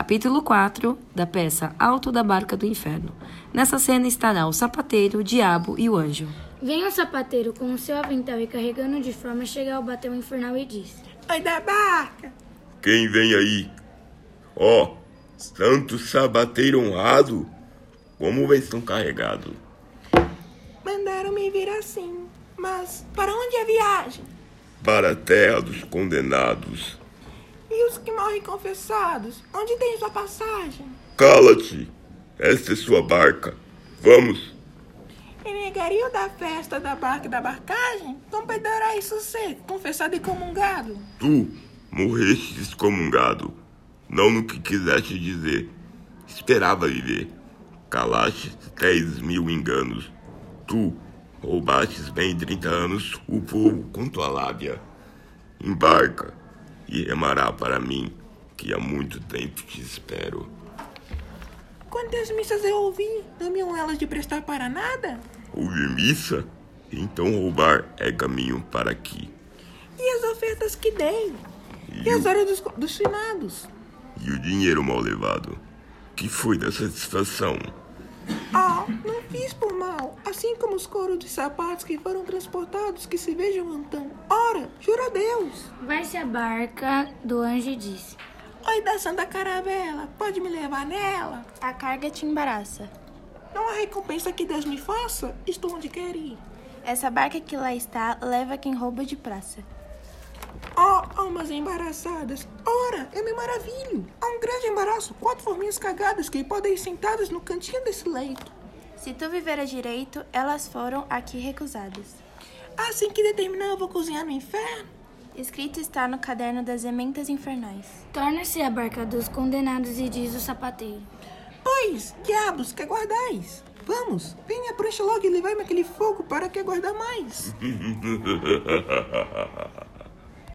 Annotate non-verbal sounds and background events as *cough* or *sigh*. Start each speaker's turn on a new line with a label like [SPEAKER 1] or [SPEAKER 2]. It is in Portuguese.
[SPEAKER 1] capítulo 4 da peça Alto da Barca do Inferno. Nessa cena estará o sapateiro, o diabo e o anjo.
[SPEAKER 2] Vem o sapateiro com o seu avental e carregando de forma chega ao bateu infernal e diz:
[SPEAKER 3] Ai da barca!
[SPEAKER 4] Quem vem aí? Ó, santo sabateiro honrado, como vem tão carregado?
[SPEAKER 3] Mandaram me vir assim. Mas para onde é a viagem?
[SPEAKER 4] Para a terra dos condenados.
[SPEAKER 3] E os que morrem confessados? Onde tem sua passagem?
[SPEAKER 4] Cala-te! Esta é sua barca. Vamos!
[SPEAKER 3] E negaria o da festa da barca e da barcagem? Como poderá isso ser? Confessado e comungado?
[SPEAKER 4] Tu morreste excomungado. Não no que quiseste dizer. Esperava viver. Calaste dez mil enganos. Tu roubastes bem trinta anos o povo com tua lábia. Embarca e remará para mim, que há muito tempo te espero.
[SPEAKER 3] Quantas missas eu ouvi? Damiam elas de prestar para nada?
[SPEAKER 4] Ouvir missa? Então roubar é caminho para aqui.
[SPEAKER 3] E as ofertas que dei? E,
[SPEAKER 4] o-
[SPEAKER 3] as horas dos, co- dos finados?
[SPEAKER 4] e o dinheiro mal levado? Que foi da satisfação? *laughs*
[SPEAKER 3] Ah, não fiz por mal, assim como os coros de sapatos que foram transportados, que se vejam então. Ora, juro a Deus!
[SPEAKER 2] Vai-se a barca do anjo e diz:
[SPEAKER 3] Oi da Santa Caravela, pode me levar nela?
[SPEAKER 5] A carga te embaraça.
[SPEAKER 3] Não há recompensa que Deus me faça, estou onde quer ir.
[SPEAKER 5] Essa barca que lá está leva quem rouba de praça.
[SPEAKER 3] Ó, almas embaraçadas, ora, eu me maravilho. Há um grande embaraço, quatro forminhas cagadas que podem ir sentadas no cantinho desse leito.
[SPEAKER 5] Se tu viveras direito, elas foram aqui recusadas.
[SPEAKER 3] Assim que determinar, eu vou cozinhar no inferno.
[SPEAKER 5] Escrito está no caderno das ementas infernais.
[SPEAKER 2] Torna-se a barca dos condenados e diz o sapateiro.
[SPEAKER 3] Pois, diabos, que aguardais? Vamos, venha, prancha logo e levai-me aquele fogo para que aguardar mais.